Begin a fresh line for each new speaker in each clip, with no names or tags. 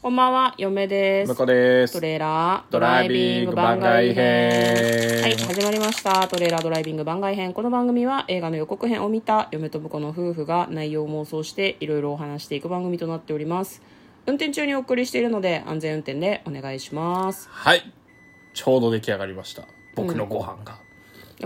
こんばんは、嫁です
向。こうです
ト。レーラー
ドライビング番外編
はい、始まりました。トレーラードライビング番外編。この番組は映画の予告編を見た嫁と婿の夫婦が内容を妄想していろいろお話していく番組となっております。運転中にお送りしているので安全運転でお願いします。
はい。ちょうど出来上がりました。僕のご飯が。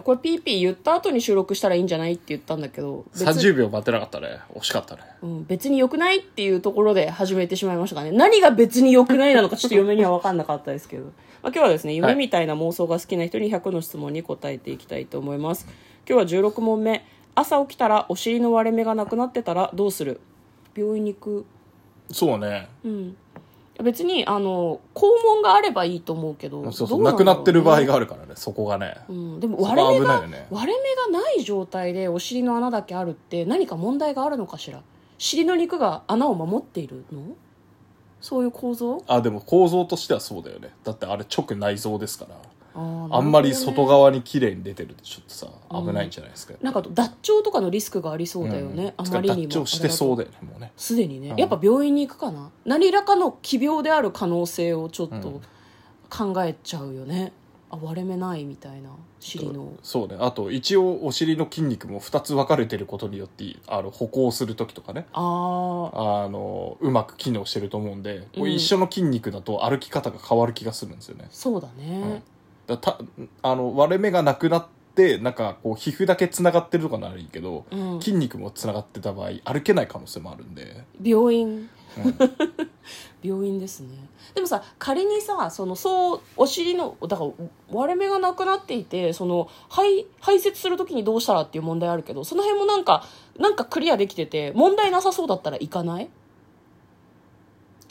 これピーピー言った後に収録したらいいんじゃないって言ったんだけど、別に
30秒待てなかったね。惜しかったね。
うん、別に良くないっていうところで始めてしまいましたかね何が別に良くないなのかちょっと嫁には分かんなかったですけど、 まあ、今日はですね夢みたいな妄想が好きな人に100の質問に答えていきたいと思います今日は16問目朝起きたらお尻の割れ目がなくなってたらどうする病院に行く
そうね。
別にあの肛門があればいいと思うけど
そう
ど
そう。
な
なんく
だ
な
ろうね
ってる場合があるからね、そこがね。
うん、でも割れ目
そこは
が、
危ないよね
割れ目がない状態でお尻の穴だけあるって何か問題があるのかしら尻の肉が穴を守っているのそういう構造
あ、でも構造としてはそうだよね。だってあれ直内臓ですから。
あー
あんまり
なるほどね
外側に綺麗に出てるとちょっとさ、危ないんじゃないですか。
なんか脱腸とかのリスクがありそうだよね、
うん
あまりにも
脱腸してそう
で
だよね、もうね。
すでにね、
うん
やっぱ病院に行くかな何らかの奇病である可能性をちょっと考えちゃうよね、あ割れ目ないみたいな尻の
そうね。あと、一応お尻の筋肉も2つ分かれてることによって、あの、歩行するときとかね。
ああ
あのうまく機能してると思うんで、
うん
一緒の筋肉だと歩き方が変わる気がするんですよね、
そうだね、
だたあの割れ目がなくなってなんかこう皮膚だけつながってるとかならいいけど、
うん
筋肉もつながってた場合歩けない可能性もあるんで、
病院
うん、
病院ですねでもさ仮にさそのそうお尻のだから割れ目がなくなっていてその排排泄する時にどうしたらっていう問題あるけどその辺もなんかなんかクリアできてて問題なさそうだったら行かない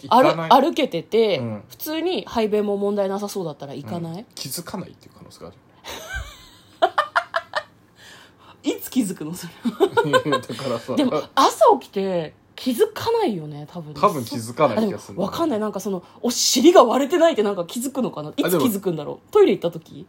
歩
あ
歩けてて、
うん
普通に排便も問題なさそうだったら行かない、
気づかないっていう可能性があ
い
る
つ気づくのそれ
だからさ
で も朝起きて気づかないよね多分
多分気づかな
あで
い気
も
がする
分かんないなんかそのお尻が割れてないってなんか気づくのかないつ気
あでも
づくんだろうトイレ行った時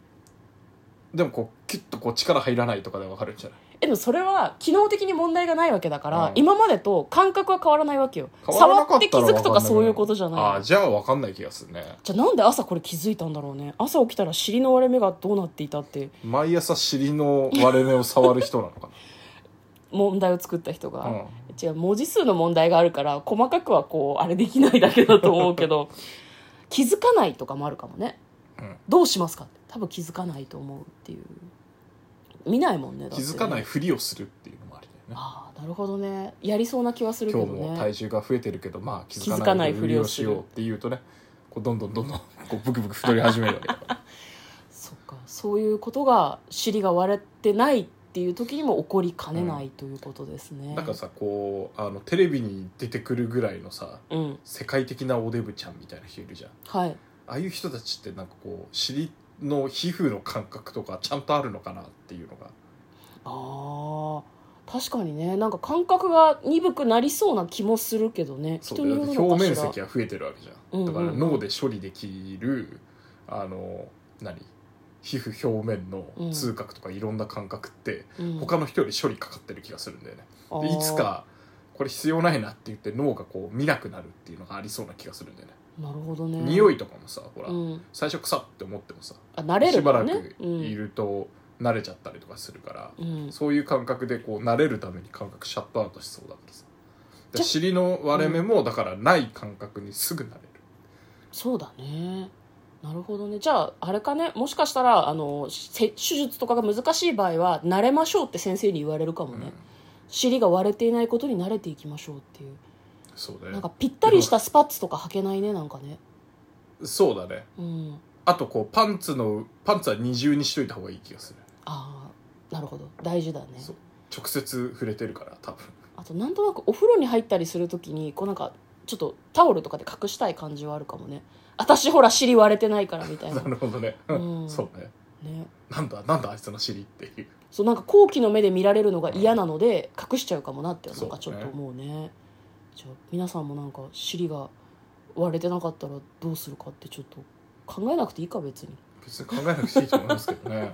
でもこうキュッとこう力入らないとかで分かるんじゃない
えでもそれは機能的に問題がないわけだから、
うん
今までと感覚は変わらないわけよ
変わらな
触
か
っ
った
て
ら
気づくと
わ
か
んな
そういうことじゃない
あじゃあ分かんない気がするね
じゃあなんで朝これ気づいたんだろうね朝起きたら尻の割れ目がどうなっていたって
毎朝尻の割れ目を触る人なのか
問題を作った人
な、う
が、
ん
違う文字数の問題があるから細かくはこうあれできないだけだと思うけ ど気づかないとかもあるかもね、
うん
どうしますかって多分気づかないと思うっていう見ないもんね だって
気
ね
づかないふりをするっていうのもありだよね
ああなるほどねやりそうな気はするけど
今
ね
日も体重が増えてるけどまあ気
気づ
づ
かな
かないい
ふ
ふ
り
り
を
を
す
し
る
ようっていうとねこうどんどんどんどんこうブクブク太り始めるわけだから
そっかそういうことが尻が割れてないっていう時にも起こりかねないということです ね、
なんかさこうあのテレビに出てくるぐらいのさ
うん
世界的なおデブちゃんみたいな人いるじゃん
はい
ああいう人たちってなんかこう尻の皮膚の感覚とかちゃんとあるのかなっていうのが
ああ確かにねなんか感覚が鈍くなりそうな気もするけどね
そう
人による
だ
の
っ
か
て
しら
表面積が増えてるわけじゃ
うん
ん
う
だ
ん
から脳で処理できるあの何皮膚表面の痛覚とかいろんな感覚って
うん
他の人より処理かかってる気がするんだよね
あー
でいつかこれ必要ないなって言って脳がこう見なくなるっていうのがありそうな気がするんだよね、
なるほどね
匂
い、
いとかもさほら、
うん、
最初臭って思ってもさ、
あ慣れる
しば
からね
くいると慣れちゃったりとかするから、
うん、うん
そういう感覚でこう慣れるために感覚シャットアウトしそうだからさ
じゃ
で尻の割れ目もだからない感覚にすぐ慣れる、
そうだねなるほどねじゃああれかねもしかしたらあのせ手術とかが難しい場合は慣れましょうって先生に言われるかも
うん
ね、尻が割れていないことに慣れていきましょうっていう
そうだ
なんか
よ
ぴったりしたスパッツとか履けないねなんかね
そうだね
うん
あとこうパンツのパンツは二重にしといた方がいい気がする、
ああなるほど大事だね
そう直接触れてるから多分
あとなんとなくお風呂に入ったりするときにこうなんかちょっとタオルとかで隠したい感じはあるかもね私ほら尻割れてないからみたいな
なるほどね、
うん
そうね
ね
なんだなんだあいつの尻っていう
そうなんか好奇の目で見られるのが嫌なので隠しちゃうかもなってなんかちょっと思うねじゃあ皆さんもなんか尻が割れてなかったらどうするかってちょっと考えなくていいか別に
別に考えなくていいと思いますけどね、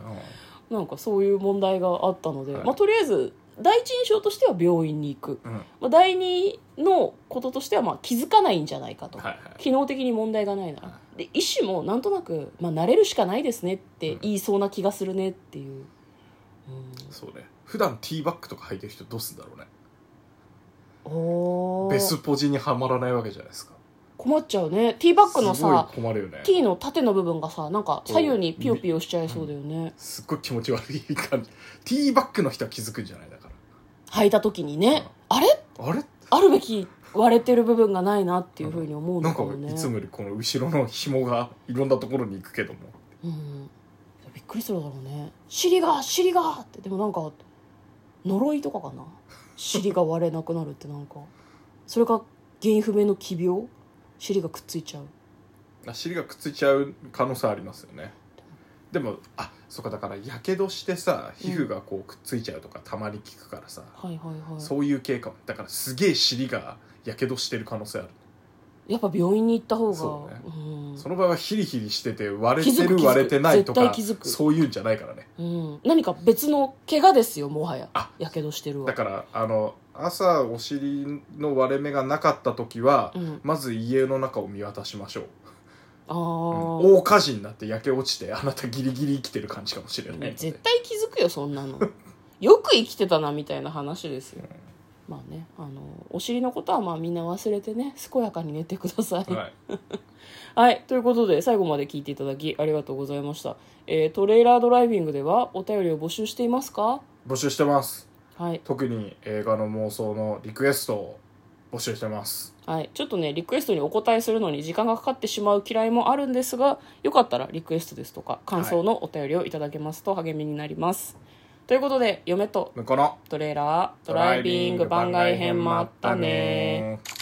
なんかそういう問題があったので、
はい
まあ、とりあえず第一印象としては病院に行く、
うん
まあ、第二のこととしてはまあ気づかないんじゃないかと、
はいはい
機能的に問題がないなら、
は
で医師もなんとなく、まあ、慣れるしかないですねって言いそうな気がするねっていう、
そうね普段ティーバッグとか履いてる人どうすんだろうね
おー
ベスポジにはまらないわけじゃないですか
困っちゃうねティーバッグの
すごい
さ
困るよね
T の縦の部分がさなんか左右にピヨピヨしちゃいそうだよね、
すっごい気持ち悪い感じティーバッグの人は気づくんじゃないだか
履いた時にね、あれ
らあれ
あるべき割れてる部分がないなっていうふうに思うの
なん
か
か
もね
いつもよりこの後ろの紐がいろんなところに行くけども
うん、びっくりするだろうね尻が尻がってでもなんか呪いとかかな尻が割れなくなるってなんかそれが原因不明の奇病尻がくっついちゃう
尻がくっついちゃう可能性ありますよねでもあそうかだからやけどしてさ皮膚がこうくっついちゃうとかたまに聞くからさ、
はいはいは
そういう系かもだからすげえ尻がやけどしてる可能性ある、
いやっぱ病院に行った方
そ
が
うね
うん
その場合はヒリヒリしてて割れて
気づく
る
気づく
割れてない
絶
とか
対気づく
そういうんじゃないからね
うん、何か別の怪我ですよもはや
あ
やけどしてるわ
だからあの朝お尻の割れ目がなかった時は、
うん
まず家の中を見渡しましょう
あー、
大火事になって焼け落ちてあなたギリギリ生きてる感じかもしれないので
絶対気づくよそんなの よく生きてたなみたいな話ですよ、まあねあのお尻のことはまあみんな忘れてね健やかに寝てください
はい、
はい。ということで、最後まで聞いていただきありがとうございました。えートレーラードライビングではお便りを募集していますか
募集してます
はい。
特に映画の妄想のリクエストを募集してます
はい。ちょっとね、リクエストにお答えするのに時間がかかってしまう嫌いもあるんですが、よかったらリクエストですとか、感想のお便りをいただけますと励みになります。ということで、嫁と
向こうの
トレーラードライビング番外編もあったね
ドライビング番外編